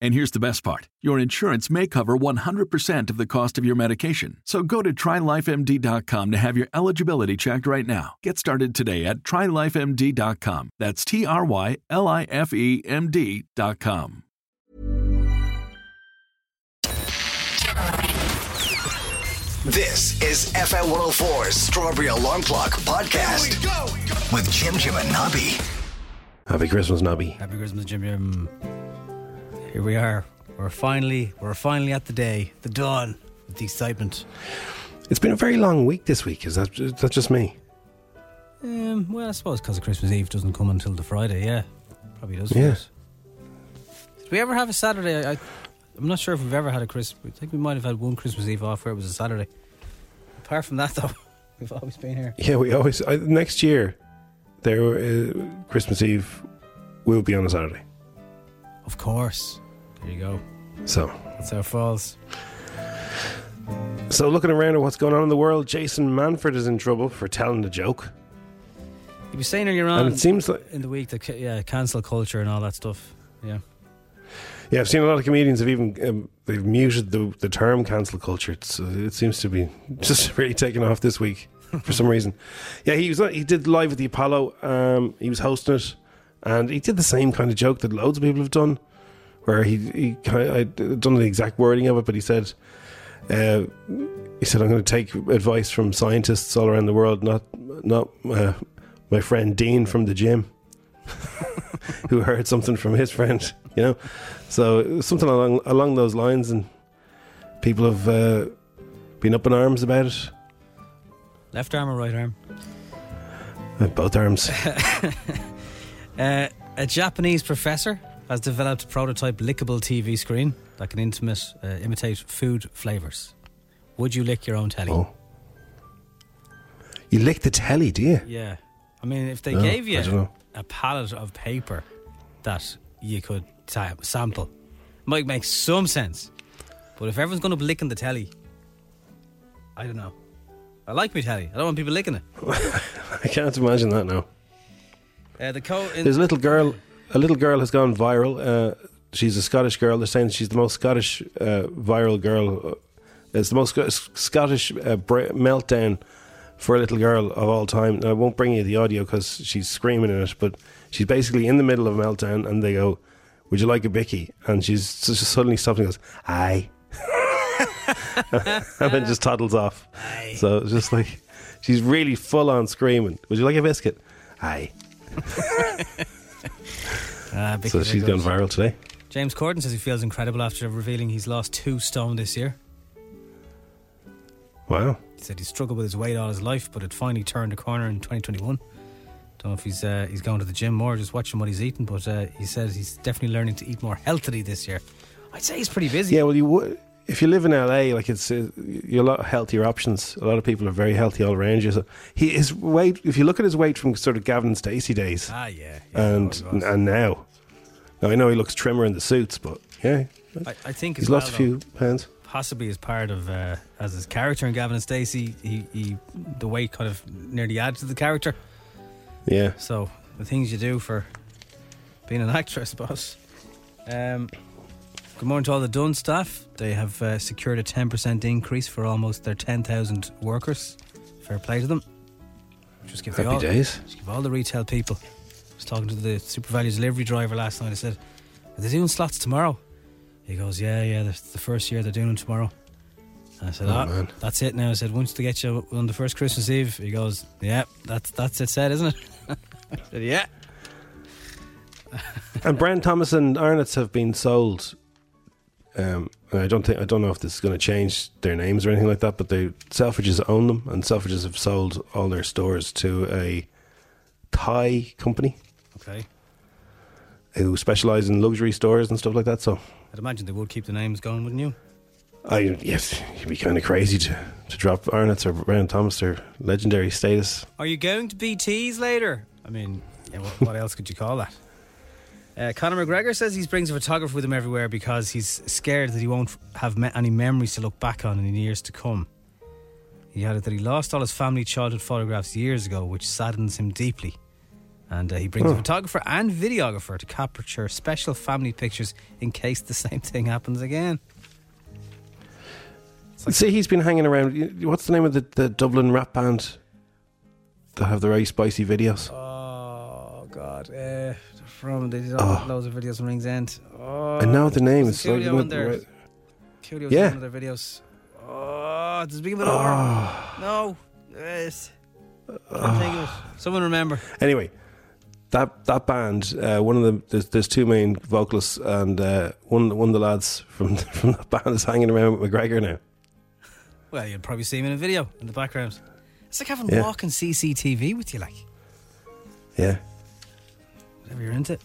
And here's the best part your insurance may cover 100% of the cost of your medication. So go to trylifemd.com to have your eligibility checked right now. Get started today at trylifemd.com. That's T R Y L I F E M D.com. This is FM 104's Strawberry Alarm Clock Podcast with Jim Jim and Nobby. Happy Christmas, Nobby. Happy Christmas, Jim Jim. Here we are. We're finally, we're finally at the day, the dawn, of the excitement. It's been a very long week this week. Is that is that just me? Um, well, I suppose because Christmas Eve doesn't come until the Friday, yeah, probably does. for Yeah. us. Did we ever have a Saturday? I, I, I'm not sure if we've ever had a Christmas. I think we might have had one Christmas Eve off where it was a Saturday. Apart from that, though, we've always been here. Yeah, we always I, next year there uh, Christmas Eve will be on a Saturday. Of course. There you go. So, That's how it falls. so looking around at what's going on in the world, Jason Manford is in trouble for telling a joke, You were saying earlier on and it seems like in the week that ca- yeah, cancel culture and all that stuff. Yeah. yeah, I've seen a lot of comedians have even um, they've muted the the term cancel culture. It's, uh, it seems to be just really taking off this week for some reason. Yeah, he was he did live at the Apollo. Um, he was hosting it, and he did the same kind of joke that loads of people have done, where he he kind I don't know the exact wording of it, but he said, uh, he said I'm going to take advice from scientists all around the world, not not uh, my friend Dean from the gym, who heard something from his friend, you know, so it was something along along those lines, and people have uh, been up in arms about it. Left arm or right arm? Uh, Both arms. Uh, a Japanese professor has developed a prototype lickable TV screen that can intimate, uh, imitate food flavours. Would you lick your own telly? Oh. You lick the telly, do you? Yeah. I mean, if they No, gave I don't you know. a palette of paper that you could sa- sample, might make some sense. But if everyone's going to be licking the telly, I don't know. I like me telly. I don't want people licking it. I can't imagine that now. Uh, the co- in- There's a little girl. A little girl has gone viral. Uh, she's a Scottish girl. They're saying she's the most Scottish uh, viral girl. uh, It's the most Sc- Scottish uh, bra- meltdown for a little girl of all time. And I won't bring you the audio because she's screaming in it, but she's basically in the middle of a meltdown, and they go, "Would you like a bicky?" And she's just suddenly stops and goes, "Aye," and then just toddles off. So it's just like she's really full on screaming. Would you like a biscuit? Aye. Ah, Vicky So she's gone Vickers. viral today. James Corden says he feels incredible after revealing he's lost two stone this year. Wow. He said he struggled with his weight all his life, but it finally turned a corner in 2021. Don't know if he's uh, he's going to the gym more, just watching what he's eating. But uh, he says he's definitely learning to eat more healthily this year. I'd say he's pretty busy. Yeah, well, you would if you live in LA, like it's uh, you're a lot healthier options. A lot of people are very healthy all around you. So he his weight. If you look at his weight from sort of Gavin and Stacey days Ah, yeah. yeah, and he was. and now, now I know he looks trimmer in the suits, but yeah, I, I think he's as well, lost a few pounds. though, possibly as part of uh, as his character in Gavin and Stacey, he, he the weight kind of nearly adds to the character. Yeah, So the things you do for being an actor, I suppose. Um, good morning to all the Dunn staff. They have uh, secured a ten percent increase for almost their ten thousand workers. Fair play to them. Just give the Happy all, days. Just give all the retail people. I was talking to the super value delivery driver last night. I said, "Are they doing slots tomorrow?" He goes, "Yeah, yeah. That's the first year they're doing them tomorrow." And I said, Oh, "Ah, man. that's it now." I said, "Once they get you on the first Christmas Eve," he goes, "Yeah, that's that's it said, isn't it?" I said, "Yeah." and Brand Thomas and Arnott's have been sold. Um, and I don't think I don't know if this is going to change their names or anything like that, but they Selfridges own them, and Selfridges have sold all their stores to a Thai company Okay. who specialize in luxury stores and stuff like that. So, I'd imagine they would keep the names going, wouldn't you? I yes, you'd be kind of crazy to to drop Arnott's or Brand Thomas their legendary status. Are you going to BTs later? I mean, yeah, what, what else could you call that? Uh, Conor McGregor says he brings a photographer with him everywhere because he's scared that he won't have me- any memories to look back on in the years to come. He added that he lost all his family childhood photographs years ago, which saddens him deeply. And uh, he brings a photographer and videographer to capture special family pictures in case the same thing happens again. See, he's been hanging around. you- What's the name of the, the Dublin rap band that have the very spicy videos? Oh God! Uh, from they did loads of videos from Rings End. Oh, I know Ah. the name. was It's like, Coolio in there? Coolio's Yeah. in one of their videos. Oh, it's big of it over. Ah. No, yes. Can't think of it. Someone remember. Anyway, that that band, uh, one of them, there's, there's two main vocalists, and uh, one one of the lads from from that band is hanging around with McGregor now. Well, you'll probably see him in a video in the background. It's like having Yeah. walking CCTV with you, like Yeah, whatever you're into.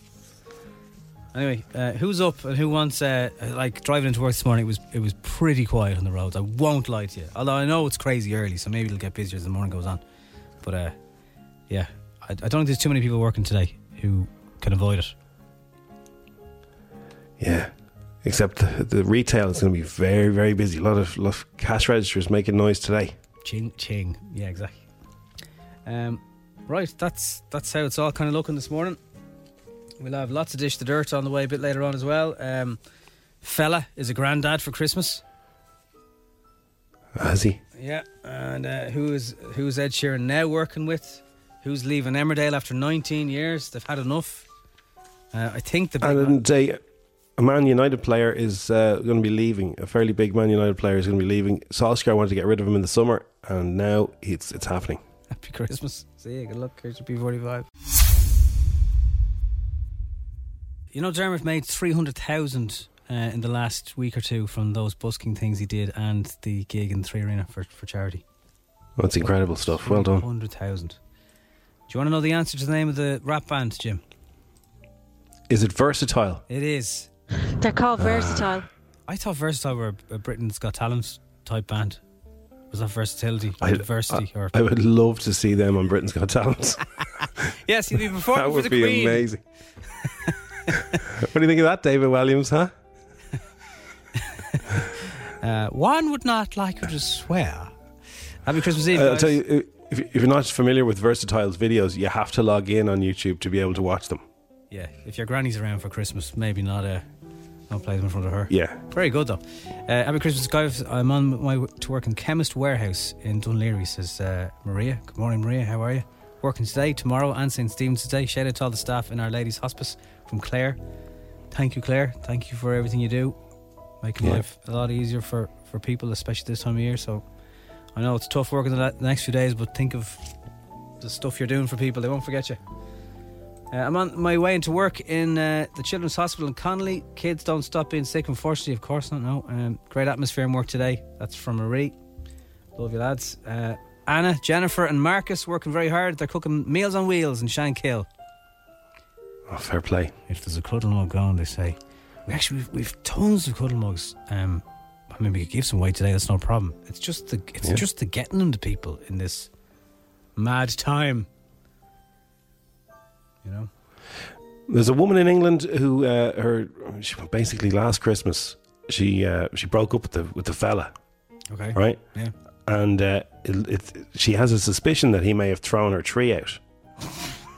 Anyway, uh, who's up and who wants? Uh, like driving into work this morning, it was it was pretty quiet on the roads. I won't lie to you. Although I know it's crazy early, so maybe it'll get busier as the morning goes on. But uh, yeah, I, I don't think there's too many people working today who can avoid it. yeah. Except the, the retail is going to be very very busy. A lot of, lot of cash registers making noise today. Ching ching. Yeah, exactly. Um, right, that's that's how it's all kind of looking this morning. We'll have lots of dish the dirt on the way a bit later on as well. Um, fella is a granddad for Christmas. Has he? Yeah, and uh, who is who's Ed Sheeran now working with? Who's leaving Emmerdale after 19 years? They've had enough. Uh, I think the big And one- then they, a Man United player is uh, going to be leaving. A fairly big Man United player is going to be leaving. Solskjaer wanted to get rid of him in the summer, and now it's it's happening. Happy Christmas. See you. Good luck. Here's your P45. You know, Dermot made 300,000 uh, in the last week or two from those busking things he did and the gig in Three Arena for, for charity. That's incredible stuff. Well done. 100,000. Do you want to know the answer to the name of the rap band, Jim? Is it versatile? It is. They're called versatile. I thought Versatile were a Britain's Got Talent type band. Was that versatility? I- diversity? or I would love to see them on Britain's Got Talent. Yes, he'd be performing that for would the be Queen. amazing. what do you think of that, David Williams? Huh? Uh, one would not like you to swear. Happy Christmas Eve. Uh, I'll guys. tell you. If, if you're not familiar with Versatile's videos, you have to log in on YouTube to be able to watch them. Yeah, if your granny's around for Christmas, maybe not. Uh, I'll play them in front of her. Yeah. Very good though. Uh, happy Christmas, guys. I'm on my w- to work in Chemist Warehouse in Dunleary. Says uh, Maria. Good morning, Maria. How are you? Working today, tomorrow, and St Stephen's today. Shout out to all the staff in Our Lady's Hospice from Clare. Thank you, Clare. Thank you for everything you do, making Yeah. life a lot easier for for people, especially this time of year. So I know it's tough working the, la- the next few days, but think of the stuff you're doing for people. They won't forget you. Uh, I'm on my way into work in uh, the Children's Hospital in Connolly. Kids don't stop being sick, unfortunately, of course not. No, um, great atmosphere in work today. That's from Marie. Love you, lads. Uh, Anna, Jennifer, and Marcus working very hard. They're cooking meals on wheels in Shankill. Oh, fair play. If there's a cuddle mug going, they say. We actually we've, we've tons of cuddle mugs. Um, I mean, we could give some away today. That's no problem. It's just the it's Yeah. just the getting them to people in this mad time. You know. There's a woman in England who uh, her she basically last Christmas she uh, she broke up with the with the fella, Okay. right? Yeah. And uh, it, it, she has a suspicion that he may have thrown her tree out.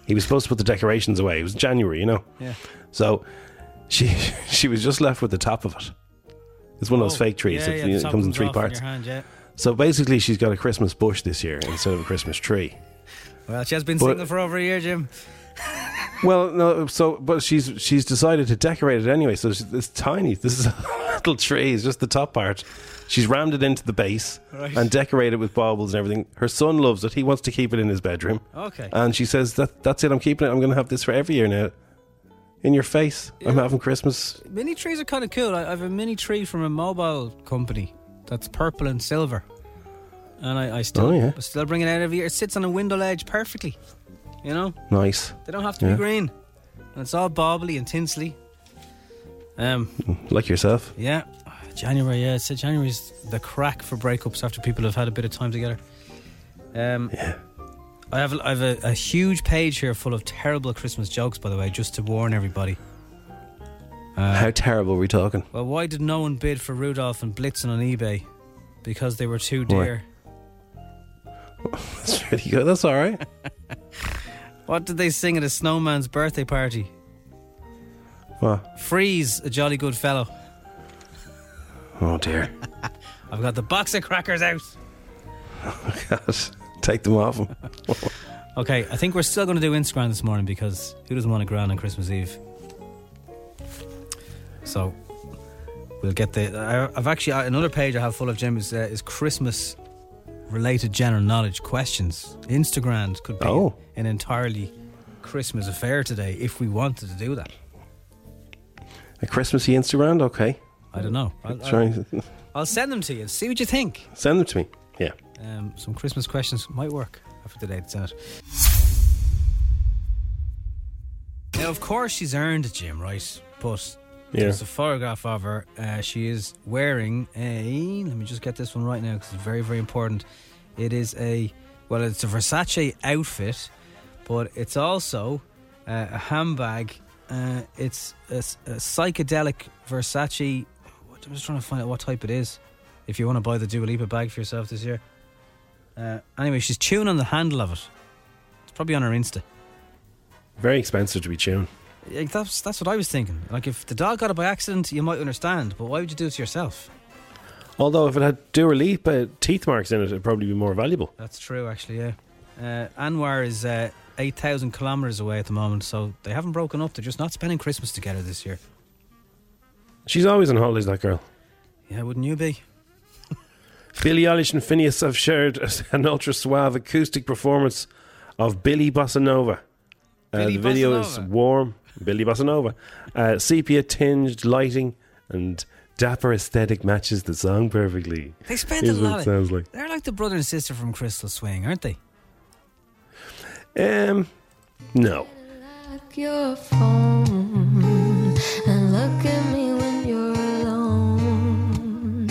he was supposed to put the decorations away. It was January, you know. Yeah. So she she was just left with the top of it. It's one of those Oh, fake trees. yeah, it, yeah, the it top comes in three off your parts. hand, yeah. So basically, she's got a Christmas bush this year instead of a Christmas tree. Well, she has been But- single for over a year, Jim. Well, no, so but she's she's decided to decorate it anyway. So she's, it's tiny. This is a little tree. It's just the top part. She's rammed it into the base Right. and decorated with baubles and everything. Her son loves it. He wants to keep it in his bedroom. Okay. And she says that that's it. I'm keeping it. I'm going to have this for every year now. in your face. I'm having Christmas. Mini trees are kind of cool. I I have a mini tree from a mobile company that's purple and silver, and I, I still Oh, yeah. I still bring it out every year. It sits on a window ledge perfectly. You know, Nice. they don't have to Yeah. be green, and it's all bobbly and tinsely. Um, Like yourself. yeah, January. Yeah, it's January's the crack for breakups after people have had a bit of time together. Um, I have I have a, a huge page here full of terrible Christmas jokes. By the way, just to warn everybody. Uh, How terrible are we talking? Well, why did no one bid for Rudolph and Blitzen on eBay? Because they were too Why? dear. That's pretty good. That's all right. What did they sing at a snowman's birthday party? Wow. Freeze, a jolly good fellow. Oh dear. I've got the box of crackers out. God. Take them off him. Okay, I think we're still going to do Instagram this morning because who doesn't want a grand on Christmas Eve? So we'll get the. I, I've actually uh, another page I have full of Jim is, uh, is Christmas related general knowledge questions. Instagram could be Oh. an entirely Christmas affair today if we wanted to do that. A Christmassy Instagram? Okay. I don't know. I'll, I'll, Try and I'll send them to you. See what you think. send them to me. Yeah. Um, some Christmas questions might work after today. It's out. Now, of course, she's earned it, Jim, right? But there's a photograph of her. Uh, she is wearing a. Let me just get this one right now because it's very, very important. It is a. Well, it's a Versace outfit, but it's also uh, a handbag. Uh, it's a, s- a psychedelic Versace. What, I'm just trying to find out what type it is. If you want to buy the Dua Lipa bag for yourself this year. Uh, anyway, she's chewing on the handle of it. It's probably on her Insta. Very expensive to be tuned. Like, that's that's what I was thinking. Like if the dog got it by accident, you might understand, but why would you do it to yourself? Although if it had Dua Lipa teeth marks in it, it'd probably be more valuable. That's true, actually. Yeah, uh, Anwar is uh, eight thousand kilometers away at the moment, so they haven't broken up. They're just not spending Christmas together this year. She's always on holidays, that girl. Yeah, wouldn't you be? Billie Eilish and Phineas have shared an ultra suave acoustic performance of Billy Bossa Nova. Uh, Billy the video Bossa is Nova? warm, Billy Bossa Nova. Uh, sepia tinged lighting and dapper aesthetic matches the song perfectly. They spend a Here's what lot. it Of, sounds like. they're like the brother and sister from Crystal Swing, aren't they? Um, no. Lock your phone and look at me when you're alone.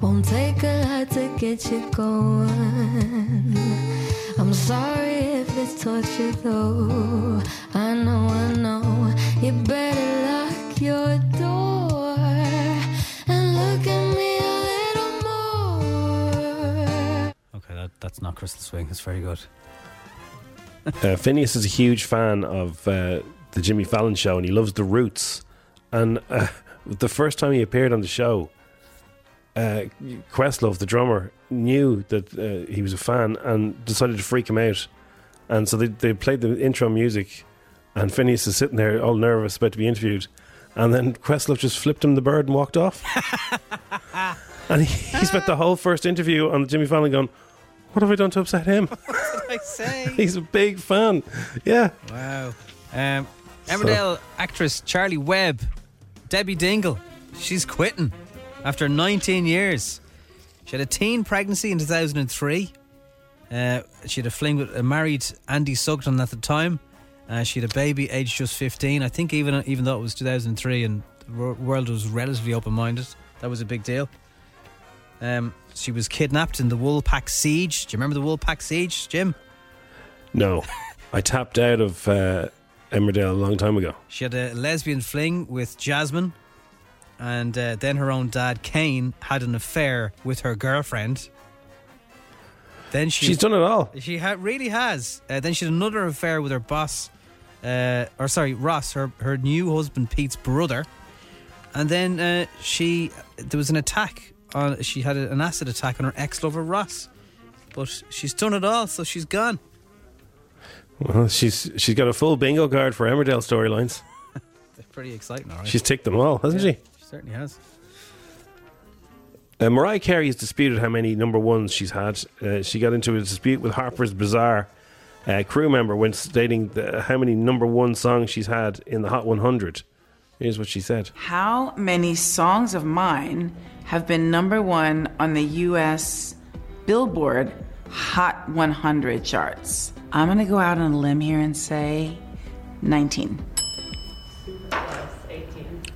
Won't take a lot to get you going. I'm sorry if it's torture though. I know, I know. You better lock your door and look at me a little more. Okay, that, that's not Crystal Swing. It's very good. Uh, Phineas is a huge fan of uh, the Jimmy Fallon show and he loves The Roots. And uh, the first time he appeared on the show, uh, Questlove, the drummer, knew that uh, he was a fan and decided to freak him out. And so they, they played the intro music, and Phineas is sitting there all nervous, about to be interviewed. And then Questlove just flipped him the bird and walked off. and he, he spent the whole first interview on Jimmy Fallon going, What have I done to upset him? I say. He's a big fan. Yeah. Wow. Um, Emmerdale actress Charlie Webb, Debbie Dingle, she's quitting after 19 years. She had a teen pregnancy in 2003. Uh, she had a fling with a married Andy Sugden at the time. Uh, she had a baby aged just 15. I think even even though it was 2003 and the wor- world was relatively open minded, that was a big deal. Um, she was kidnapped in the Woolpack siege. Do you remember the Woolpack siege, Jim? No, I tapped out of uh, Emmerdale a long time ago. She had a lesbian fling with Jasmine, and uh, then her own dad, Kane, had an affair with her girlfriend. Then she, She's done it all. She ha- really has. Uh, then she had another affair with her boss, uh, or sorry, Ross, her her new husband Pete's brother. And then uh, she there was an attack on. She had a- an acid attack on her ex lover Ross, but she's done it all, so she's gone. Well, she's she's got a full bingo card for Emmerdale storylines. They're pretty exciting, all right. She's ticked them all, hasn't she? she certainly has. Uh, Mariah Carey has disputed how many number ones she's had. Uh, she got into a dispute with Harper's Bazaar uh, crew member when stating the, how many number one songs she's had in the Hot 100. Here's what she said. How many songs of mine have been number one on the US Billboard Hot 100 charts? I'm gonna go out on a limb here and say 19.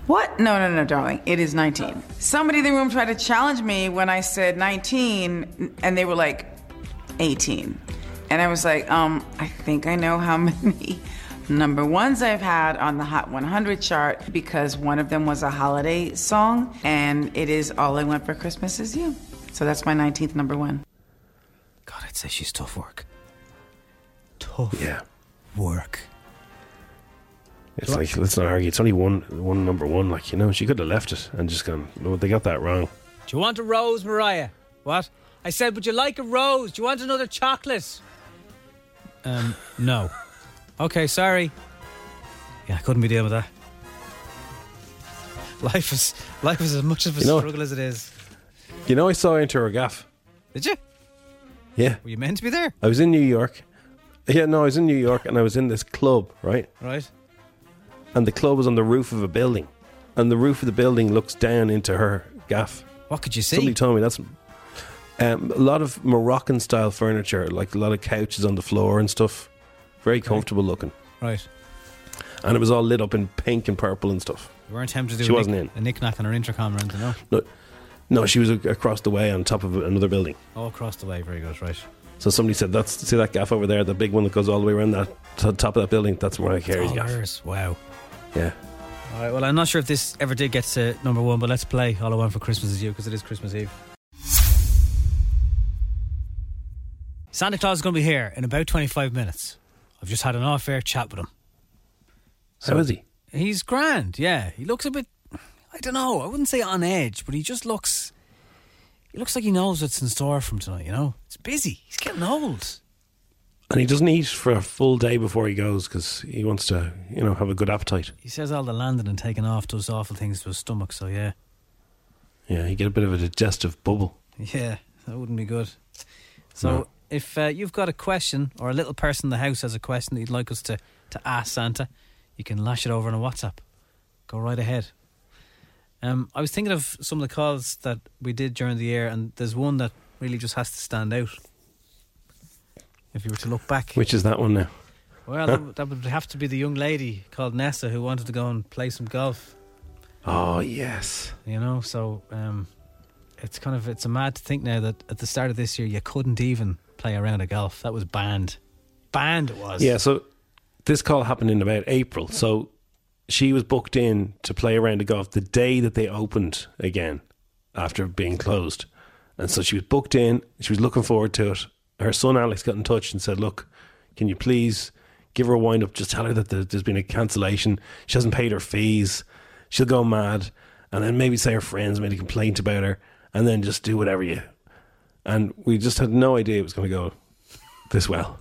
What? No, no, no, darling. It is 19. Somebody in the room tried to challenge me when I said 19, and they were like, 18. And I was like, um, I think I know how many number ones I've had on the Hot 100 chart because one of them was a holiday song, and it is All I Want for Christmas Is You. So that's my 19th number one. God, I'd say she's tough work. Tough Yeah. work. It's like let's not argue. It's only one one number one. Like you know, she could have left it and just gone. No, they got that wrong. Do you want a rose, Mariah? What? I said, would you like a rose? Do you want another chocolate? Um, no. okay, sorry. Yeah, I couldn't be dealing with that. Life is life is as much of a You know- struggle as it is. You know, I saw her into her gaff. Did you? Yeah, Were you meant to be there? I was in New York. Yeah, no, I was in New York and I was in this club, right? Right. And the club was on the roof of a building, and the roof of the building looks down into her gaff. What could you see? Somebody told me that's um, a lot of Moroccan style furniture, like a lot of couches on the floor and stuff. Very comfortable looking, right. and it was all lit up in pink and purple and stuff. You weren't tempted to do She a wasn't knick- a knick-knack on her intercom or anything, no? No, no, she was a- across the way on top of another building. All across the way, very good, right. So somebody said, "That's see that gaff over there, the big one that goes all the way around that to the top of that building. That's Mariah Carey's All gaff." hers, Oh, Wow. Yeah, All right, well, I'm not sure if this ever did get to number one, but let's play All I Want for Christmas Is You because it is Christmas Eve. Santa Claus is going to be here in about 25 minutes. I've just had an off air chat with him. so is he? He's grand, yeah. He looks a bit, I don't know, I wouldn't say on edge, but he just looks, he looks like he knows what's in store for him tonight, you know? It's busy. He's getting old. And he doesn't eat for a full day before he goes because he wants to, you know, have a good appetite. He says all the landing and taking off does awful things to his stomach, so yeah. Yeah, he get a bit of a digestive bubble. Yeah, that wouldn't be good. So, No. if uh, you've got a question or a little person in the house has a question that you'd like us to, to ask Santa, you can lash it over on a WhatsApp. Go right ahead. Um, I was thinking of some of the calls that we did during the year, and there's one that really just has to stand out. If you were to look back, Which is that one now? well, that would- that would have to be the young lady called Nessa who wanted to go and play some golf Oh yes. you know so um, it's kind of it's a mad to think now that at the start of this year you couldn't even play a round of golf that was banned banned it was Yeah. So this call happened in about April. So she was booked in to play a round of golf the day that they opened again after being closed. And so she was booked in. She was looking forward to it. Her son Alex got in touch and said, "Look, can you please give her a wind up? Just tell her that there- there's been a cancellation. She hasn't paid her fees. She'll go mad, and then maybe say her friends made a complaint about her, and then just do whatever you." And we just had no idea it was going to go this well.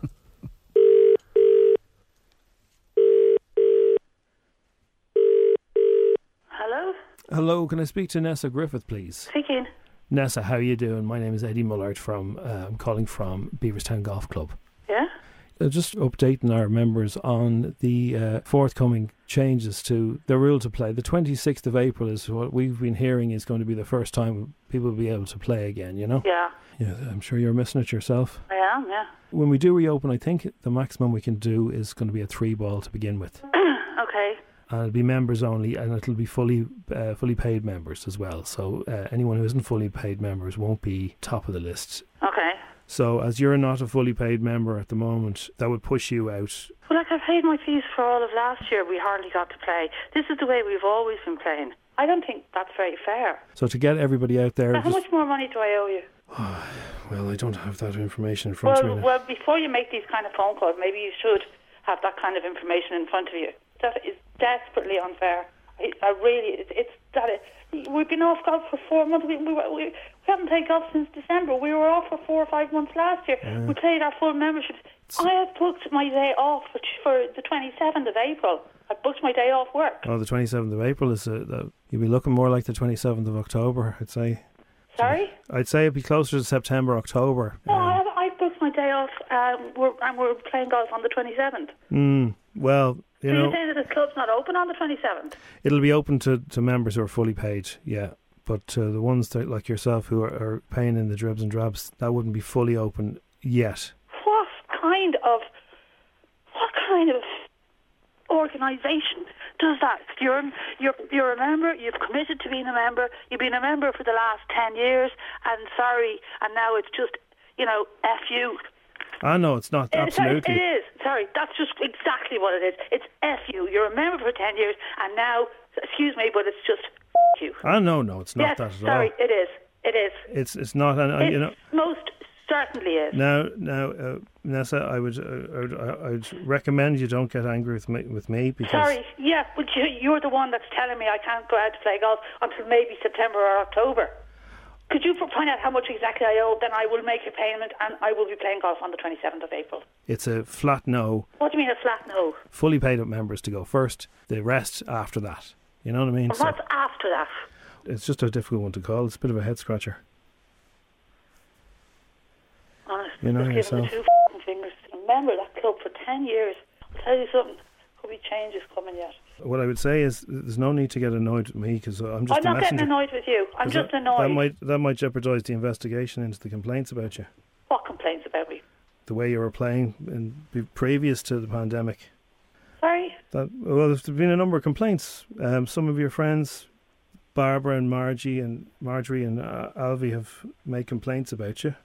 Hello, Hello, can I speak to Nessa Griffith, please? speaking. Nessa, how you doing? My name is Eddie Mullard from, uh, I'm calling from Beaverstown Golf Club. Yeah. Uh, just updating our members on the uh, forthcoming changes to the rule to play. The 26th of April is what we've been hearing is going to be the first time people will be able to play again, you know? Yeah, Yeah, I'm sure you're missing it yourself. I am. Yeah. When we do reopen, I think the maximum we can do is going to be a three ball to begin with. Okay. and it'll be members only, and it'll be fully uh, fully paid members as well. So uh, anyone who isn't fully paid members won't be top of the list. Okay. So as you're not a fully paid member at the moment, that would push you out. Well, like I paid my fees for all of last year. We hardly got to play. This is the way we've always been playing. I don't think that's very fair. So to get everybody out there, Now, how just- much more money do I owe you? well, I don't have that information in front Well, of me. now. well, before you make these kind of phone calls, maybe you should have that kind of information in front of you. That is desperately unfair. I, I really, it, it's that. It, we've been off golf for four months. We, we, were- we, we haven't played golf since December. We were off for four or five months last year. We played our full memberships. I have booked my day off for, for the 27th of April. I booked my day off work. Oh, the 27th of April is a, the, you'll be looking more like the 27th of October, I'd say. Sorry? I'd say it'd be closer to September, October. No, Um, I, have, I booked my day off, um, we're, and we're playing golf on the 27th. Mm, well, you so know. you say that the club's not open on the 27th? It'll be open to, to members who are fully paid, yeah. But uh, the ones that, like yourself who are, are paying in the dribs and drabs, that wouldn't be fully open yet. What kind of what kind of organisation does that? You're you're you're a member. You've committed to being a member. You've been a member for the last ten years, and sorry, and now it's just you know f you. I know it's not It- sorry, absolutely. It is. Sorry, that's just exactly what it is. It's f you. You're a member for ten years, and now excuse me, but it's just f you. I know, no, it's not yes, that at sorry, all. it is. It is. It's it's not, and uh, you It know. most certainly is. Now, now, uh, Nessa, I would, uh, I would, I would recommend you don't get angry with me, with me because Sorry, yeah, but you, you're the one that's telling me I can't go out to play golf until maybe September or October. Could you find out how much exactly I owe? Then I will make a payment and I will be playing golf on the 27th of April. it's a flat no. What do you mean a flat no? Fully paid up members to go first. The rest after that. You know what I mean? And So what's after that? it's just a difficult one to call. It's a bit of a head scratcher. Honestly, You know just give 'em yourself. the two f***ing fingers. Remember that club for 10 years. I'll tell you something, could be changes coming yet. What I would say is, there's no need to get annoyed with me because I'm just I'm a not messenger. getting annoyed with you. I'm 'Cause just that, annoyed. That might that might jeopardise the investigation into the complaints about you, What complaints about me? the way you were playing in be- previous to the pandemic. Sorry? That well, there's been a number of complaints. Um, some of your friends, Barbara and Margie and Marjorie and uh, Alvy, have made complaints about you,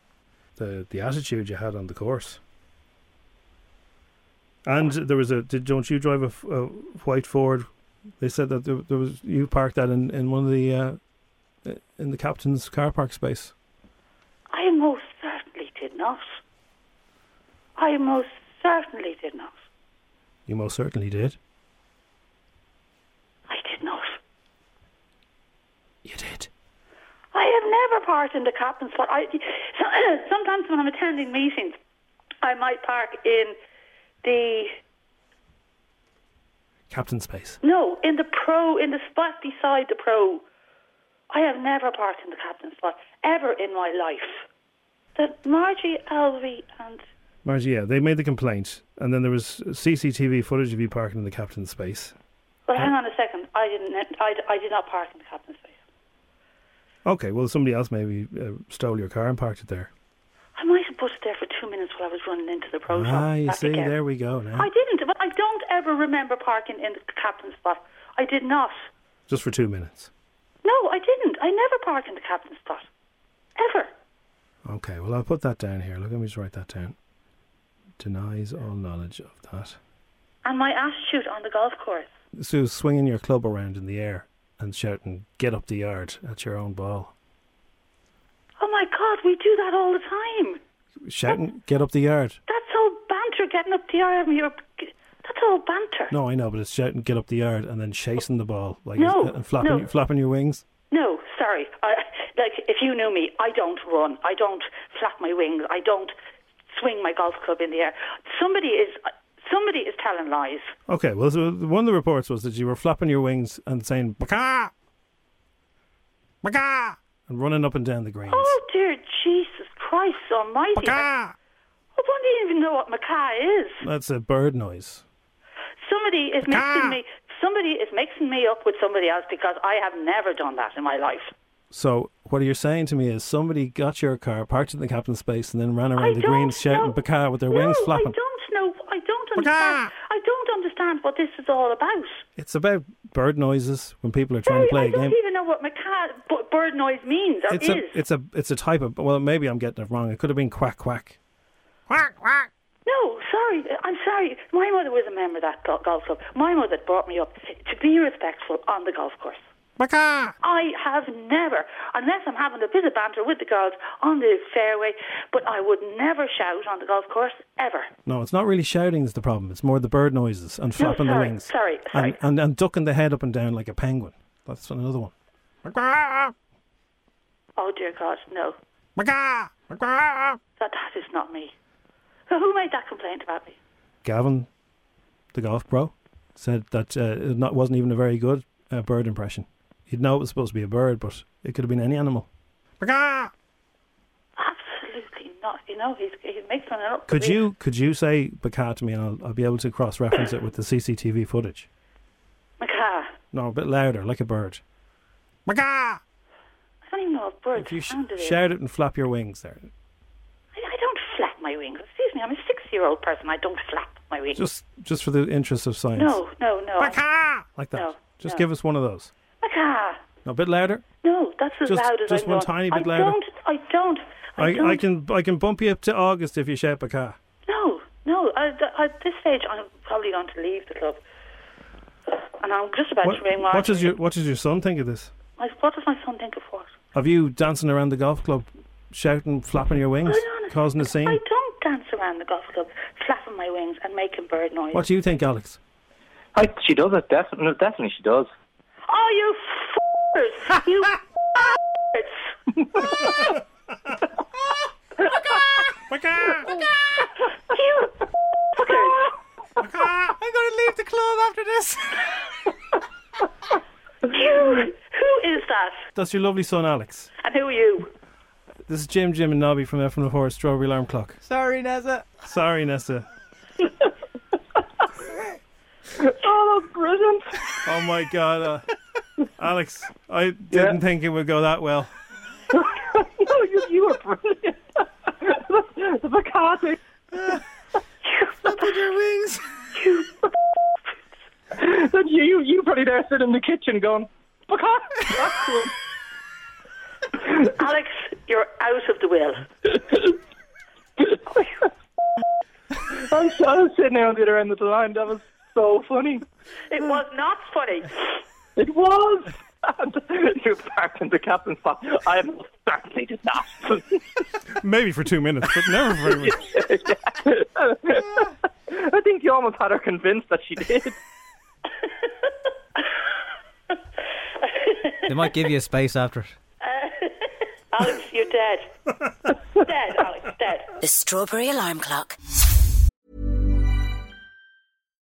the the attitude you had on the course. And there was a did don't you drive a, f- a white Ford? They said that there, there was you parked that in, in one of the uh, in the captain's car park space. I most certainly did not. I most certainly did not. You most certainly did. I did not. You did. I have never parked in the captain's spot. I, sometimes when I'm attending meetings, I might park in the Captain space. no in the pro in the spot beside the pro. I have never parked in the captain's spot ever in my life. That Margie, Alvy, and Margie, yeah, they made the complaint, and then there was CCTV footage of you parking in the captain's space. well, hang on a second. I didn't. I, I did not park in the captain's space. Okay, well, somebody else maybe uh, stole your car and parked it there. I might have put it there for two minutes while I was running into the pro shop. ah, you back see, again. there we go now. I didn't, but I don't ever remember parking in the captain's spot. I did not. Just for two minutes. No, I didn't. I never park in the captain's spot. Ever. Okay, well, I'll put that down here. Look, let me just write that down. Denies all knowledge of that. And my attitude on the golf course. So swinging your club around in the air and shouting, get up the yard at your own ball. Oh my God, we do that all the time. Shouting, get up the yard. That's all banter getting up the arm. You're, that's all banter. No, I know, but it's shouting, get up the yard, and then chasing the ball. like No, And flapping, no. flapping your wings. No, sorry. I, like, if you knew me, I don't run. I don't flap my wings. I don't swing my golf club in the air. Somebody is, somebody is telling lies. Okay, well, so one of the reports was that you were flapping your wings and saying "baka, baka," and running up and down the green. Oh dear Jesus Christ Almighty! Macaw. I don't even know what macaw is. That's a bird noise. Somebody is mixing me. Somebody is mixing me up with somebody else because I have never done that in my life. So what you're saying to me is somebody got your car, parked it in the captain's space, and then ran around the greens shouting "baka" with their wings no, I flapping. don't know. I don't understand. I don't understand what this is all about. It's about bird noises when people are trying Sorry, to play I a don't game. even know what macaw b- bird noise means or It's is. a, it's a, it's a type of. Well, maybe I'm getting it wrong. It could have been quack quack. No, sorry. I'm sorry. My mother was a member of that gol- golf club. My mother brought me up to be respectful on the golf course. I have never, unless I'm having a bit of banter with the girls on the fairway, but I would never shout on the golf course ever. No, it's not really shouting is the problem. It's more the bird noises and flapping sorry, the wings. sorry, sorry. And, and and ducking the head up and down like a penguin. That's another one. Oh dear God, no. That that is not me. So who made that complaint about me? Gavin, the golf pro, said that uh, it not, wasn't even a very good uh, bird impression. He'd know it was supposed to be a bird, but it could have been any animal. Absolutely not, you know, he's, he makes something up. Could you could you say Baka to me, and I'll, I'll be able to cross reference it with the CCTV footage? Macaw. No, a bit louder, like a bird. Macaw! I don't even know if birds If you sh- sounded it. shout it and flap your wings there. I, I don't flap my wings. Excuse me, I'm a six-year-old person. I don't flap my wings. Just just for the interest of science, no, no, no. Macaw. like that. No, just no. give us one of those. Macaw. No, a bit louder. No, that's as Just- loud as just I'm one going. tiny bit I louder. Don't, I don't. I, I, don't. I can I can bump you up to August if you shout Baka. No, no. I, th- at this stage, I'm probably going to leave the club. And I'm just about to ring Martin. what does your What does your son think of this? My, what does my son think of what? Of you dancing around the golf club, shouting, flapping your wings, causing a I scene? don't dance around the golf club, flapping my wings and making bird noise. What do you think, Alex? I, she does it, definitely. No, definitely, she does. Oh, you f***ers! You f***ers! You I'm going to leave the club after this. You! Who is that? That's your lovely son, Alex. And who are you? This is Jim, Jim, and Nobby from F from the Horse Strawberry Alarm Clock. Sorry, Nessa. Sorry, Nessa. Oh, that's brilliant. Oh my God, uh, Alex! I didn't think it would go that well. no, you, you were brilliant. the Bacardi. Flapping your wings. Then you, you, you probably there sitting in the kitchen going, Bacardi. Alex, you're out of the will. I'm, so- I was sitting there on the other end of the line. That was so funny. It was not funny. It was. And you parked in the captain's spot. I am certainly did not. Maybe for two minutes, but never for very much. I think you almost had her convinced that she did. They might give you a space after it. Alex, you're dead. dead, Alex, dead. The Strawberry Alarm Clock.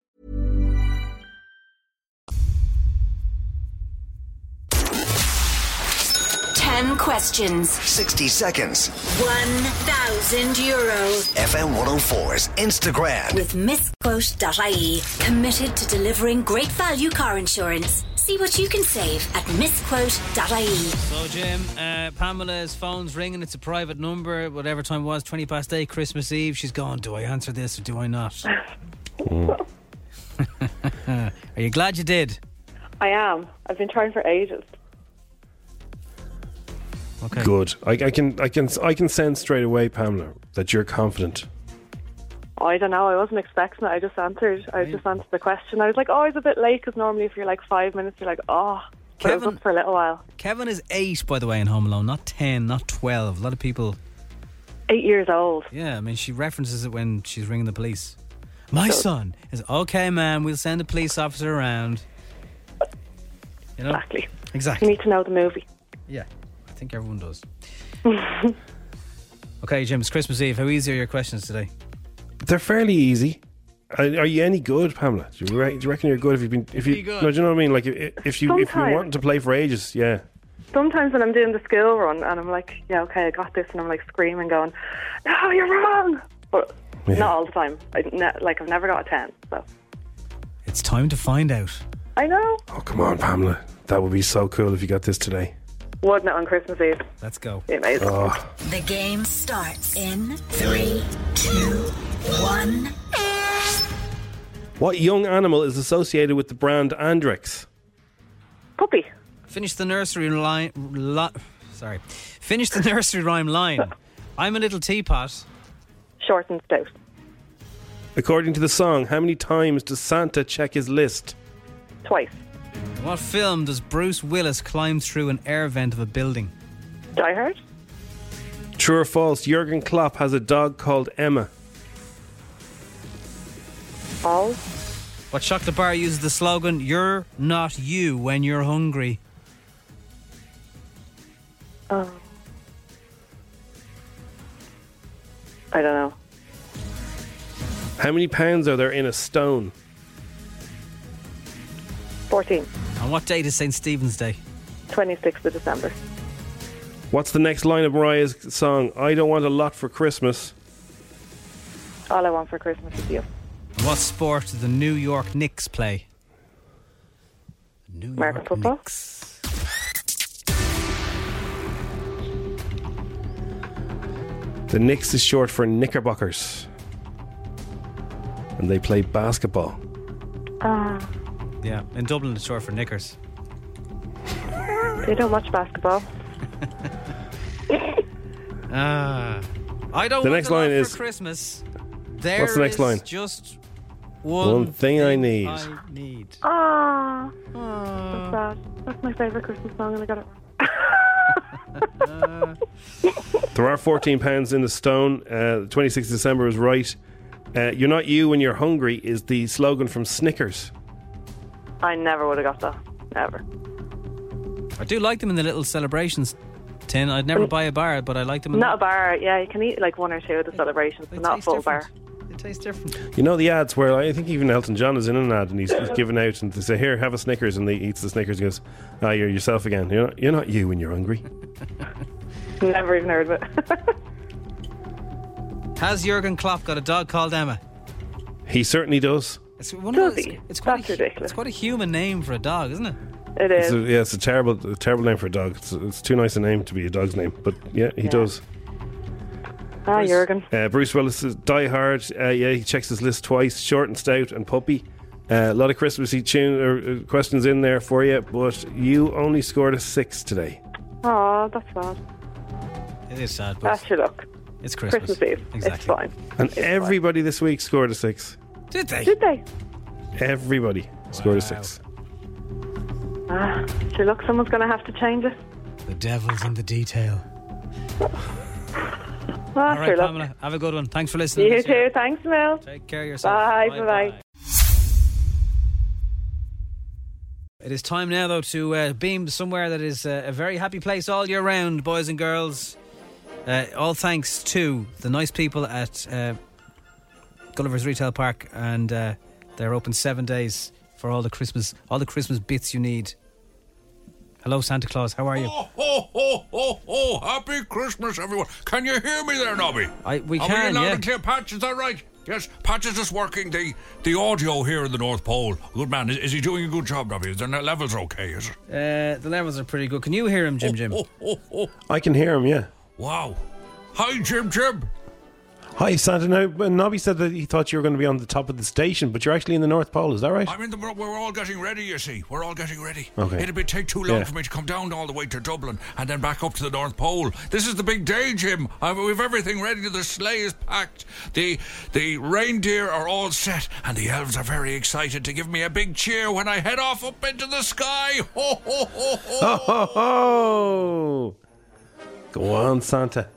Ten questions. 60 seconds. 1,000 euro. FM 104's Instagram. With misquote.ie. Committed to delivering great value car insurance. See what you can save at misquote.ie. So, Jim, uh, Pamela's phone's ringing. It's a private number, whatever time it was, 20 past 8, Christmas Eve. She's going, Do I answer this or do I not? Are you glad you did? I am. I've been trying for ages. Good. I, I can I can I can sense straight away, Pamela, that you're confident. Oh, I don't know. I wasn't expecting it. I just answered. I just answered the question. I was like, oh, it's a bit late because normally if you're like five minutes, you're like, oh. But I was Kevin- up for a little while. Kevin is 8, by the way, in Home Alone, not 10, not 12. A lot of people. Eight years old. Yeah, I mean, she references it when she's ringing the police. My So- son is, Okay, ma'am, we'll send a police officer around. You know? Exactly. Exactly. You need to know the movie. Yeah, I think everyone does. okay, Jim, it's Christmas Eve. How easy are your questions today? They're fairly easy. Are, are you any good, Pamela? Do you, re- do you reckon you're good if you've been if you Pretty good. no? Do you know what I mean? Like if, if you if you Sometimes. want to play for ages, yeah. Sometimes when I'm doing the school run and I'm like, yeah, okay, I got this, and I'm like screaming, going, no, you're wrong. But not all the time. I ne- like I've never got a ten. So It's time to find out. I know. Oh come on, Pamela. That would be so cool if you got this today. Ah. Won it on Christmas Eve. Let's go. Oh. Amazing. The game starts in three, two, one. What young animal is associated with the brand Andrex? Puppy. Finish the nursery line. Li- sorry. Finish the nursery rhyme line. I'm a little teapot. Short and stout. According to the song, how many times does Santa check his list? Twice. In what film does Bruce Willis climb through an air vent of a building? Die Hard. True or false, Jurgen Klopp has a dog called Emma. All. What chocolate bar uses the slogan "You're not you when you're hungry"? Oh. I don't know. How many pounds are there in a stone? 14. On what date is St Stephen's Day? 26th of December. What's the next line of Mariah's song? I don't want a lot for Christmas. All I want for Christmas is you. In what sport do the New York Knicks play? New American York football. The Knicks is short for Knickerbockers. And they play basketball. Ah, Yeah, in Dublin it's short for knickers. they don't watch basketball. Ah, I don't. The want next a lot line for is- Christmas. There What's the next is line? Just One, one, thing I need. I need. Ah, that's sad. That's my favorite Christmas song, and I got it. wrong. There are 14 pounds in the stone. Uh, 26th December is right. Uh, you're not you when you're hungry is the slogan from Snickers. I never would have got that. Never. I do like them in the little celebrations tin. I'd never buy a bar, but I like them. In Not a bar. Yeah, you can eat like one or two of the celebrations, but not a full bar. It tastes different. You know the ads where I think even Elton John is in an ad and he's, he's given out and they say, Here, have a Snickers. And he eats the Snickers and goes, Ah, you're yourself again. You're not, you're not you when you're hungry. Never even heard of it. Has Jurgen Klopp got a dog called Emma? He certainly does. It's one of those, it's quite a, It's quite a human name for a dog, isn't it? It It's a, yeah, it's a terrible, a terrible name for a dog. It's, it's too nice a name to be a dog's name, but yeah, he Yeah. does. ah, Jurgen. Uh, Bruce Willis is Die Hard. Uh, yeah, he checks his list twice. Short and stout and puppy. Uh, a lot of Christmassy tune or, uh, questions in there for you, but you only scored a six today. Oh, that's Ah, sad. It is sad, but That's your luck. it's Christmas. Eve. It's Exactly. fine. And everybody this week scored a six. Did they? Did they? Everybody scored a six. Ah, sure, look, someone's going to have to change it. The devil's in the detail. Ah, All right, sure, look. Pamela. Have a good one. Thanks for listening. You too. Thanks, Mel. Take care of yourself. Bye. Bye, Bye-bye. It is time now, though, to uh, beam somewhere that is uh, a very happy place all year round, boys and girls. Uh, all thanks to the nice people at uh, Gulliver's Retail Park, and uh, they're open seven days for all the Christmas, all the Christmas bits you need. Hello, Santa Claus. How are you? Ho, ho, ho, ho! Happy Christmas, everyone! Can you hear me there, Nobby? I, we Are we can, loud yeah. and clear, Patch? Is that right? Yes, Patch is just working the, the audio here in the North Pole. Good man. Is, is he doing a good job, Nobby? Is the n- levels okay? Is it? Uh, the levels are pretty good. Can you hear him, Jim? Jim? I can hear him, yeah. Wow. Hi, Jim Jim. Hi, Santa. Now, Nobby said that he thought you were going to be on the top of the station, but you're actually in the North Pole. Is that right? I mean, the, we're we're all getting ready, you see. We're all getting ready. Okay. It'd be take too long Yeah. for me to come down all the way to Dublin and then back up to the North Pole. This is the big day, Jim. I mean, we've everything ready. The sleigh is packed. The the reindeer are all set, and the elves are very excited to give me a big cheer when I head off up into the sky. Ho ho ho ho! Oh, ho, ho. Oh. Go on, Santa.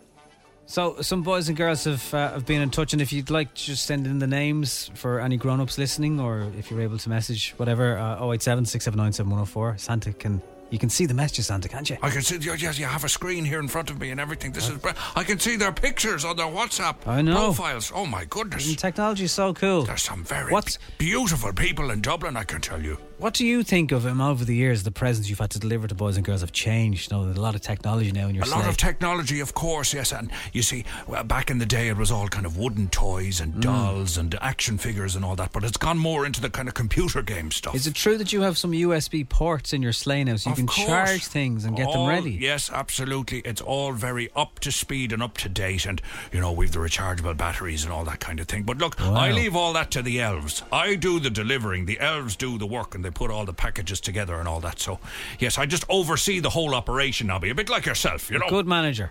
So, some boys and girls have uh, have been in touch, and if you'd like, just send in the names for any grown ups listening, or if you're able to message whatever uh, 087 679 7104. Santa can you can see the messages, Santa, can't you? I can see. Yes, you have a screen here in front of me and everything. This is. br- I can see their pictures on their WhatsApp I know. profiles. Oh my goodness! Technology is so cool. There's some very What's beautiful people in Dublin. I can tell you. What do you think of him over the years? The presents you've had to deliver to boys and girls have changed. You know, there's a lot of technology now in your a lot sleigh. of technology, of course, yes. And you see, well, back in the day, it was all kind of wooden toys and Mm. dolls and action figures and all that. But it's gone more into the kind of computer game stuff. Is it true that you have some USB ports in your sleigh now, so you Of can course. Oh. charge things and get All- them ready? Yes, absolutely. It's all very up to speed and up to date, and you know we've the rechargeable batteries and all that kind of thing. But look, I Wow. leave all that to the elves. I do the delivering. The elves do the work, and they put all the packages together and all that. So, yes, I just oversee the whole operation, Nobby, a bit like yourself, you know. Good manager.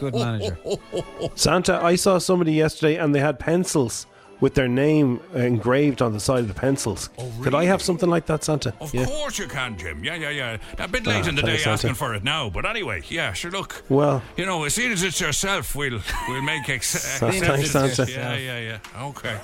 Good manager. Santa, I saw somebody yesterday and they had pencils with their name engraved on the side of the pencils. Could I have something like that, Santa? Oh, Of course you can, Jim. Yeah, yeah, yeah. A bit Ah, late in the day thanks, Santa. asking for it now, but anyway, yeah, sure. Look, Well, you know, as soon as it's yourself, we'll we'll make ex- Thanks, exceptions. Santa. Yeah, yeah, yeah. Okay.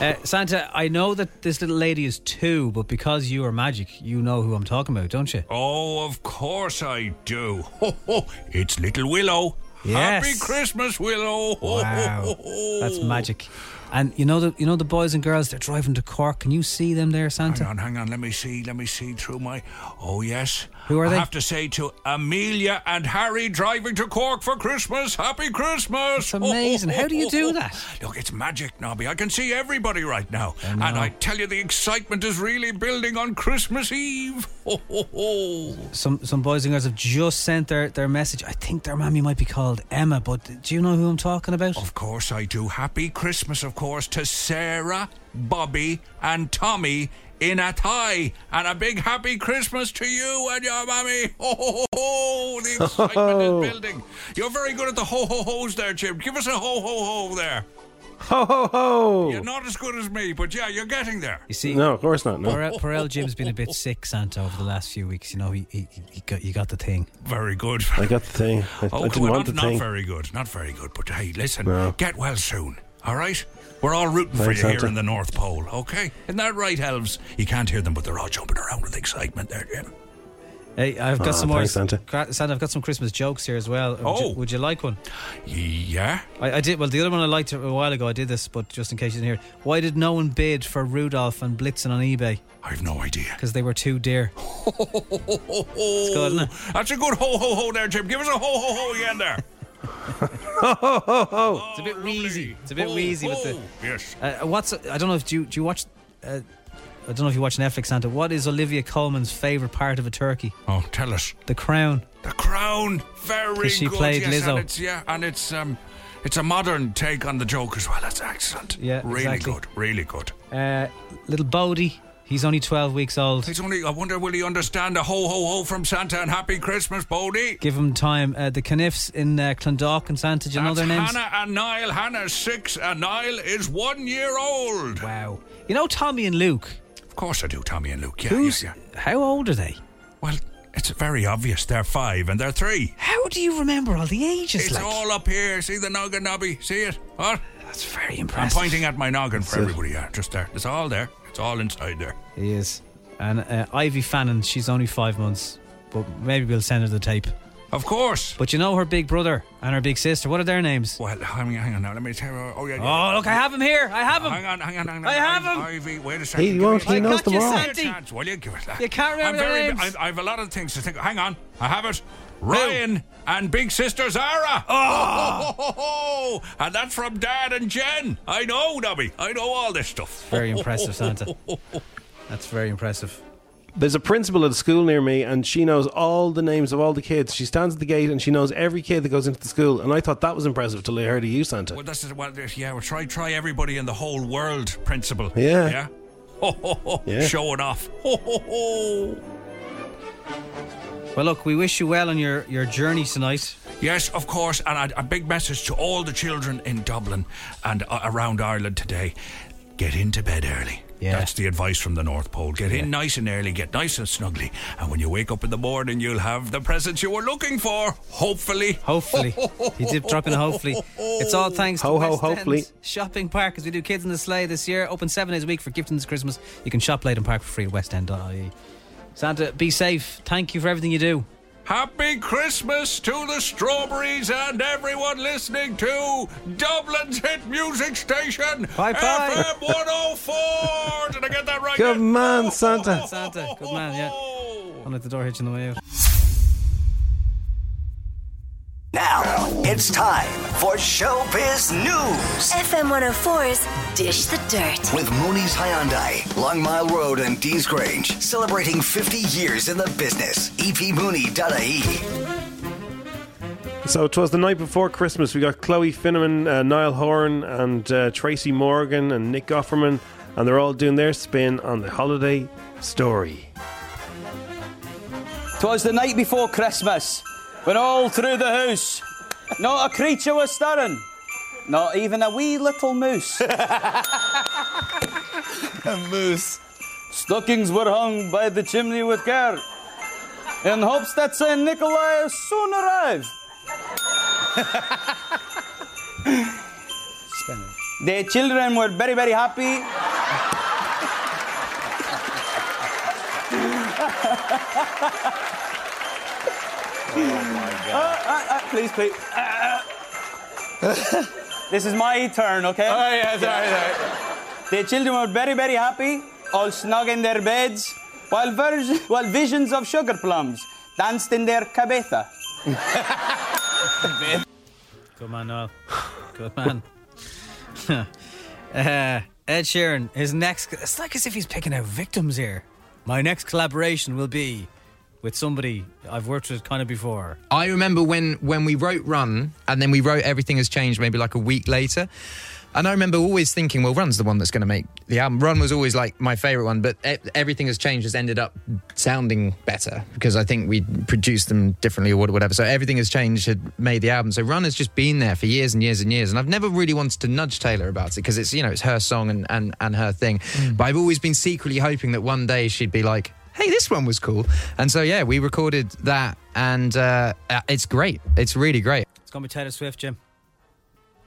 Uh, Santa, I know that this little lady is two, but because you are magic, you know who I'm talking about, don't you? Oh, of course I do. Ho, ho. It's little Willow. Happy Yes. Christmas, Willow. Ho, ho, Wow, ho, ho. that's magic. And you know the you know the boys and girls they're driving to Cork. Can you see them there, Santa? Hang on, hang on. Let me see. Let me see through my. Oh yes. Who are I they? have to say to Amelia and Harry driving to Cork for Christmas. Happy Christmas! It's amazing. How do you do that? Look, it's magic, Nobby. I can see everybody right now, and I tell you, the excitement is really building on Christmas Eve. Ho, ho, ho. Some some boys and girls have just sent their, their message. I think their mammy might be called Emma, but do you know who I'm talking about? Of course I do. Happy Christmas, of course, to Sarah, Bobby, and Tommy in Athy. And a big happy Christmas to you and your mammy. Ho, ho, ho, ho. The excitement is building. You're very good at the ho, ho, ho's there, Jim. Give us a ho, ho, ho there. Ho, ho, ho. You're not as good as me, but yeah, you're getting there. You see, No, of course not, no. Perel, Perel Jim's been a bit sick, Santa, over the last few weeks. You know, he he, he got you got the thing. Very good. I got the thing. I, I Oh, well, didn't want not, the not thing. very good. Not very good. But hey, listen, No. get well soon. All right? We're all rooting for you Thanks, here Santa. in the North Pole, okay? Isn't that right, elves? You can't hear them, but they're all jumping around with excitement there, Jim. Hey, I've got Ah, some more. thanks, Santa. Gra- Santa, I've got some Christmas jokes here as well. Would Oh. you, would you like one? Yeah. I, I did. Well, the other one I liked a while ago. I did this, but just in case you didn't hear, it. why did no one bid for Rudolph and Blitzen on eBay? I have no idea. Because they were too dear. It's good, isn't it? That's a good ho ho ho there, Jim. Give us a ho ho ho again there. Oh, ho ho ho ho! It's a bit wheezy. It's a bit Ho, wheezy with ho. the. oh, Yes. Uh, what's I don't know if do you, do you watch. Uh, I don't know if you watch Netflix, Santa. What is Olivia Coleman's favorite part of a turkey? Oh, tell us. The crown. The Crown, very 'Cause she good. played yes, Lizzo. And it's, yeah, and it's um, it's a modern take on the joke as well. That's excellent. Yeah, really exactly. good. Really good. Uh, little Bodie. He's only twelve weeks old. He's only. I wonder will he understand a ho ho ho from Santa and Happy Christmas, Bodie. Give him time. Uh, the Kniffs in uh, Clondalk and Santa. Do you know That's their names? Hannah and Niall. Hannah's six, and Niall is one year old. Wow. You know Tommy and Luke. Of course I do, Tommy and Luke. Yeah, Who's- yeah, How old are they? Well, it's very obvious. They're five and they're three. How do you remember all the ages? it's like? all up here. See the noggin, Nobby? See it? What? That's very I'm impressive. pointing at my noggin for That's it. everybody. Yeah, just there. It's all there. It's all inside there. He is. And uh, Ivy Fannin, she's only five months, but maybe we'll send her the tape. Of course. But you know her big brother and her big sister. What are their names? Well, I mean, hang on now. Let me tell you. Oh, yeah. Oh, look, I have him here. I have him. Oh, Hang on, hang on, hang on. I have him. Ivy, wait a He second. Give won't- me a he knows them second. Give me a all. Santa. chance, Will you give us that? You can't remember I'm their very, names. I, I have a lot of things to think. Hang on, I have it. Ryan and big sister Zara. Oh. and that's from Dad and Jen. I know, Nobby. I know all this stuff. Very impressive, Santa. That's very impressive. There's a principal at a school near me, and she knows all the names of all the kids. She stands at the gate and she knows every kid that goes into the school. And I thought that was impressive till I heard of you, Santa. Well, that's well, yeah. Well, try try everybody in the whole world, principal. Yeah. yeah. Ho, ho, ho. Yeah. Showing off. Ho, ho, ho. Well, look, we wish you well on your, your journey tonight. Yes, of course, and a, a big message to all the children in Dublin and uh, around Ireland today: get into bed early. Yeah. That's the advice from the North Pole. Get in nice and early, get nice and snugly, and when you wake up in the morning, you'll have the presents you were looking for. Hopefully, Hopefully. He did drop in a hopefully. It's all thanks Ho, to ho, West hopefully. End Shopping Park as we do Kids in the Sleigh this year. Open seven days a week for gifting this Christmas. E. You can shop Leyden Park for free at westend.ie. Santa, be safe. Thank you for everything you do. Happy Christmas to the strawberries and everyone listening to Dublin's hit music station, Bye bye. FM 104. Did I get that right? Good man, Santa. Santa, good man, yeah. Don't let the door hitch on the way out. Now it's time for Showbiz News FM 104's Dish the Dirt. with Mooney's Hyundai, Long Mile Road, and Dean's Grange, celebrating 50 years in the business. E EPMooney.ie. So it was the night before Christmas. We got Chloe Finneman, uh, Niall Horan, and uh, Tracy Morgan, and Nick Offerman, and they're all doing their spin on the holiday story. Twas the night before Christmas, when all through the house, not a creature was stirring, not even a wee little moose. a moose. Stockings were hung by the chimney with care, in hopes that St. Nicholas soon arrived. The children were very, very happy. Uh, uh, uh, please, please. Uh, uh. this is my turn, okay? Oh, yeah, sorry, The children were very, very happy, all snug in their beds, while, vir- while visions of sugar plums danced in their cabeza. Good man, Noel. Good man. uh, Ed Sheeran, his next. It's like as if he's picking out victims here. My next collaboration will be with somebody I've worked with kind of before. I remember when when we wrote Run, and then we wrote Everything Has Changed maybe like a week later. And I remember always thinking, well, Run's the one that's going to make the album. Run was always like my favorite one, but e- Everything Has Changed has ended up sounding better because I think we produced them differently or whatever. So Everything Has Changed had made the album. So Run has just been there for years and years and years. And I've never really wanted to nudge Taylor about it because it's, you know, it's her song and, and, and her thing. But I've always been secretly hoping that one day she'd be like, hey, this one was cool. And so, yeah, we recorded that, and uh, uh, it's great. It's really great. It's going to be Taylor Swift, Jim.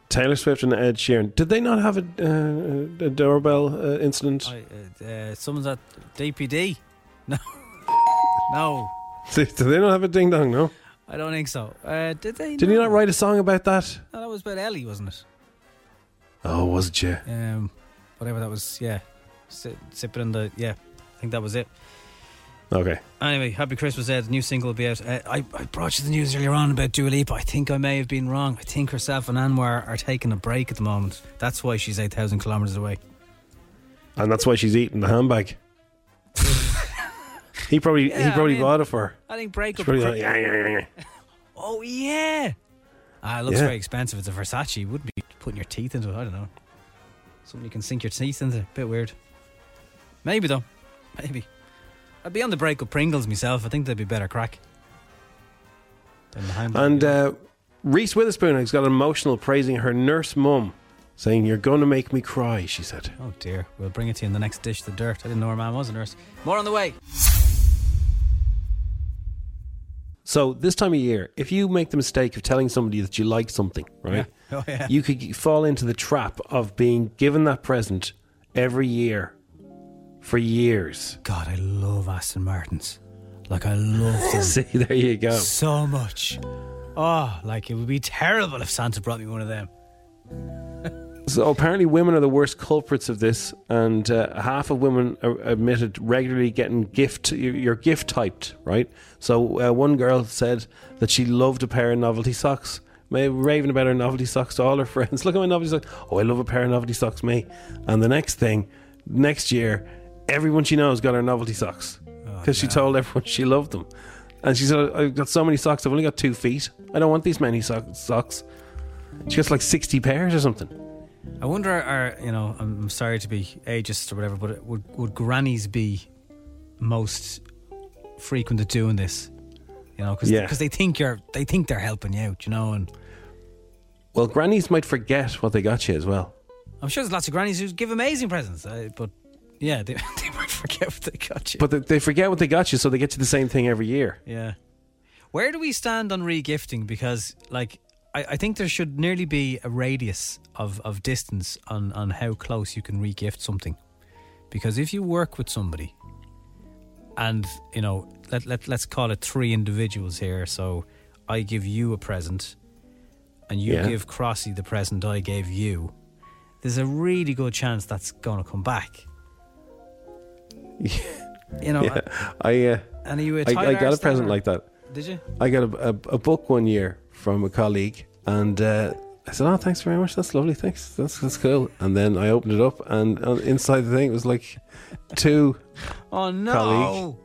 Taylor Swift and Ed Sheeran. Did they not have a, uh, a doorbell uh, incident? I, uh, uh, someone's at DPD. No. no. Did did they not have a ding dong? No. I don't think so. Uh, did they? Did he not write a song about that? No, that was about Ellie, wasn't it? Oh, was it you? Um, whatever that was. Yeah. Si- sipping on the. Yeah. I think that was it. Okay. Anyway, Happy Christmas, Ed. New single will be out. Uh, I, I brought you the news earlier on about Dua Lipa. I think I may have been wrong. I think herself and Anwar are taking a break at the moment. That's why she's 8,000 kilometres away. And that's why she's eating the handbag. he probably Yeah, he I probably mean, bought it for her. I think break She's up. probably like, "Yeah, yeah, yeah, yeah." Oh, yeah. Ah, it looks Yeah. very expensive. It's a Versace. You would be putting your teeth into it. I don't know. Something you can sink your teeth into. Bit weird. Maybe, though. Maybe. I'd be on the break with Pringles myself. I think they'd be better crack. than the handbag. And uh, Reese Witherspoon has got emotional praising her nurse mum, saying, "You're going to make me cry," she said. Oh dear, we'll bring it to you in the next dish, the dirt. I didn't know her man was a nurse. More on the way. So this time of year, if you make the mistake of telling somebody that you like something, right? Yeah. Oh, yeah. You could g- fall into the trap of being given that present every year for years. God, I love Aston Martins. Like I love them. See, there you go. So much. Oh, like it would be terrible if Santa brought me one of them. So apparently, women are the worst culprits of this, and uh, half of women are admitted regularly getting gift your your gift typed. Right. So uh, one girl said that she loved a pair of novelty socks. May raving about her novelty socks to all her friends. Look at my novelty socks. Oh, I love a pair of novelty socks, me. And the next thing, next year, everyone she knows got her novelty socks because she told everyone she loved them. And she said, "I've got so many socks. I've only got two feet. I don't want these many so- socks." She gets like sixty pairs or something. I wonder, are you know, I'm I'm sorry to be ageist or whatever, but would would grannies be most frequent at doing this? You know, because Yeah. they think you're they think they're helping you out, you know, and Well, grannies might forget what they got you as well. I'm sure there's lots of grannies who give amazing presents, uh, but yeah, they, they might forget what they got you. But they, they forget what they got you, so they get you the same thing every year. Yeah. Where do we stand on regifting? Because, like, I, I think there should nearly be a radius of, of distance on, on how close you can regift something. Because if you work with somebody and, you know, let, let, let's call it three individuals here. So I give you a present, and you Yeah. give Crossy the present I gave you. There's a really good chance that's going to come back. You know, yeah. I, uh, and are you a I- tight I got a arse present then, or- like that. Did you? I got a, a, a book one year from a colleague, and uh, I said, "Oh, thanks very much. That's lovely. Thanks. That's that's cool." And then I opened it up, and, and inside the thing it was like two. Oh no! Colleague.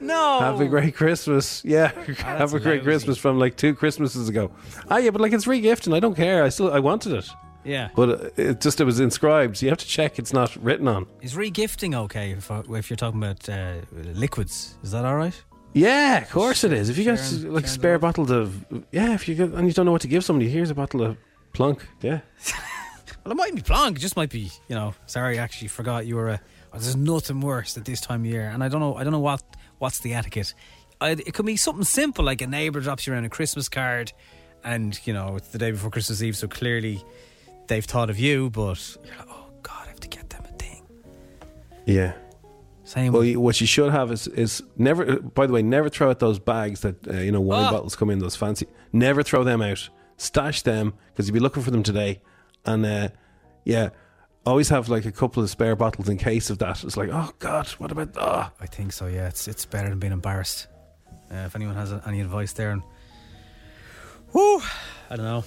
No. Oh, Have a great Christmas. Yeah, have a great Christmas from like two Christmases ago. Ah, yeah, but like it's regifting. I don't care. I still I wanted it. Yeah. But uh, it just it was inscribed. So you have to check it's not written on. Is regifting okay if, if you're talking about uh, liquids? Is that all right? Yeah, of course it is. If you got Sharon- like spare bottles of yeah, if you got and you don't know what to give somebody, here's a bottle of plunk. Yeah. Well, it might be blank. It just might be, you know. Sorry, I actually forgot you were a. oh, there's nothing worse at this time of year, and I don't know. I don't know what what's the etiquette. I, it could be something simple like a neighbour drops you around a Christmas card, and you know it's the day before Christmas Eve, so clearly they've thought of you. But you're like, oh God, I have to get them a thing. Yeah. Same. Well, you, what you should have is is never. uh, By the way, never throw out those bags that uh, you know wine Oh. bottles come in. Those fancy. Never throw them out. Stash them because you'll be looking for them today. And uh, yeah, always have like a couple of spare bottles in case of that. It's like, oh God, what about? ah? I think so. Yeah, it's it's better than being embarrassed. Uh, if anyone has uh, any advice there, and whoo, I don't know.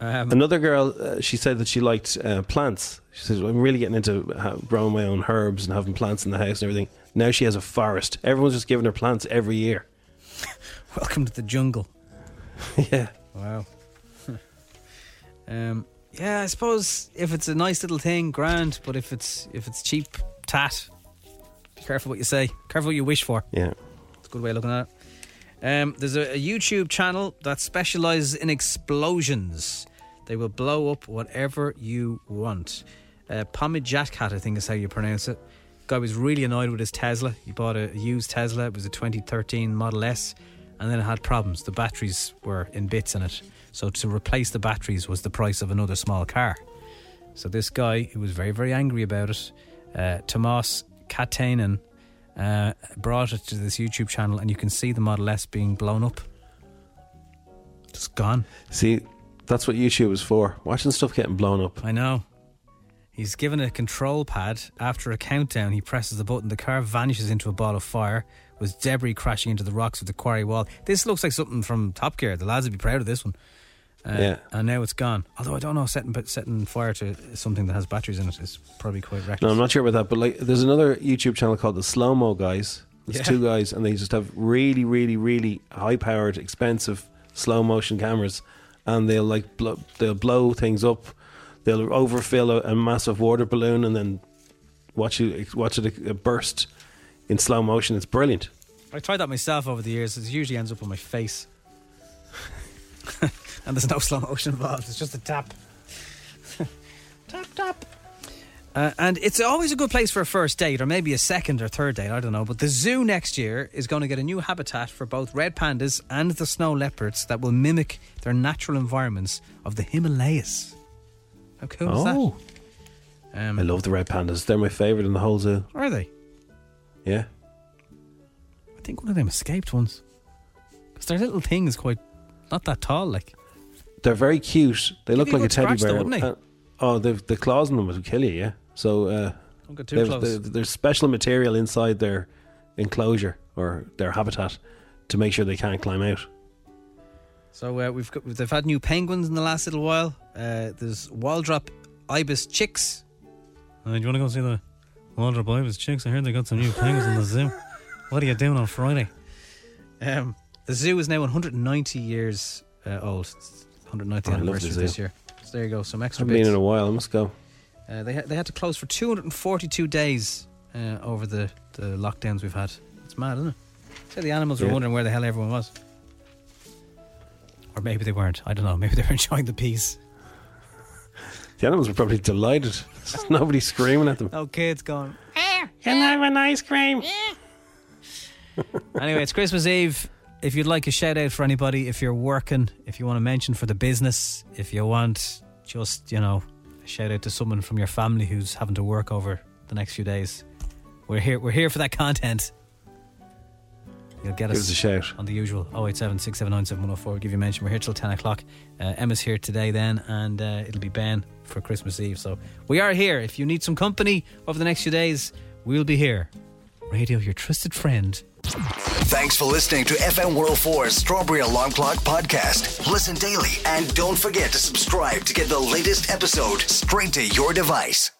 Um, Another girl, uh, she said that she liked uh, plants. She says, I'm really getting into ha- growing my own herbs and having plants in the house and everything. Now she has a forest. Everyone's just giving her plants every year. welcome to the jungle. yeah. Wow. um, yeah, I suppose if it's a nice little thing, grand. But if it's if it's cheap, tat. Be careful what you say. Careful what you wish for. Yeah. It's a good way of looking at it. Um, there's a, a YouTube channel that specializes in explosions. They will blow up whatever you want. Uh, Pomijatkat, I think is how you pronounce it. Guy was really annoyed with his Tesla. He bought a used Tesla. It was a 2013 Model S, and then it had problems. The batteries were in bits in it. So to replace the batteries was the price of another small car. So this guy, who was very, very angry about it, uh, Tomas Katainen, uh, brought it to this YouTube channel, and you can see the Model S being blown up. It's gone. See, that's what YouTube is for. Watching stuff getting blown up. I know. He's given a control pad. After a countdown, he presses the button. The car vanishes into a ball of fire, with debris crashing into the rocks of the quarry wall. This looks like something from Top Gear. The lads would be proud of this one. Uh, Yeah. And now it's gone. Although I don't know, setting setting fire to something that has batteries in it is probably quite reckless. No, I'm not sure about that, but like, there's another YouTube channel called the Slow Mo Guys. There's Yeah. two guys, and they just have really, really, really high-powered, expensive slow motion cameras, and they'll like blow, they'll blow things up. They'll overfill a, a massive water balloon, and then watch you watch it uh, burst in slow motion. It's brilliant. I tried that myself over the years. It usually ends up on my face. and there's no slow motion involved. It's just a tap. tap, tap. Uh, and it's always a good place for a first date or maybe a second or third date. I don't know. But the zoo next year is going to get a new habitat for both red pandas and the snow leopards that will mimic their natural environments of the Himalayas. How cool is that? Um, oh, I love the red pandas. They're my favorite in the whole zoo. Are they? Yeah. I think one of them escaped once. Because their little thing is quite not that tall, like. They're very cute. They Give look you a like a good teddy scratch though, bear. wouldn't they? Uh, oh, they've, the claws in them would kill you. Yeah. So uh, Don't get too they've- close. they- There's special material inside their enclosure or their habitat to make sure they can't climb out. So uh, we've got, they've had new penguins in the last little while. Uh, there's Waldrop ibis chicks. Uh, do you want to go see the Waldrop ibis chicks? I heard they got some new penguins in the zoo. What are you doing on Friday? Um, the zoo is now 190 years uh, old. It's 190th Oh, I love the anniversary zoo. this year. So there you go. Some extra I've been bits. in a while. I must go. Uh, they ha- they had to close for 242 days uh, over the, the lockdowns we've had. It's mad, isn't it? So the animals were Yeah. wondering where the hell everyone was, or maybe they weren't. I don't know. Maybe they were enjoying the peace. The animals were probably delighted. There's Nobody screaming at them. No Oh, kids gone. Can I have an ice cream? anyway, it's Christmas Eve. If you'd like a shout out for anybody, if you're working, if you want to mention for the business, if you want just, you know, a shout out to someone from your family who's having to work over the next few days. We're here we're here for that content. You'll get Give us us, a shout. on the usual 087 679 7104. Give you a mention. We're here till 10 o'clock. Uh, Emma's here today, then, and uh, it'll be Ben for Christmas Eve. So we are here. If you need some company over the next few days, we'll be here. Radio, your trusted friend. Thanks for listening to FM 104's Strawberry Alarm Clock podcast. Listen daily and don't forget to subscribe to get the latest episode straight to your device.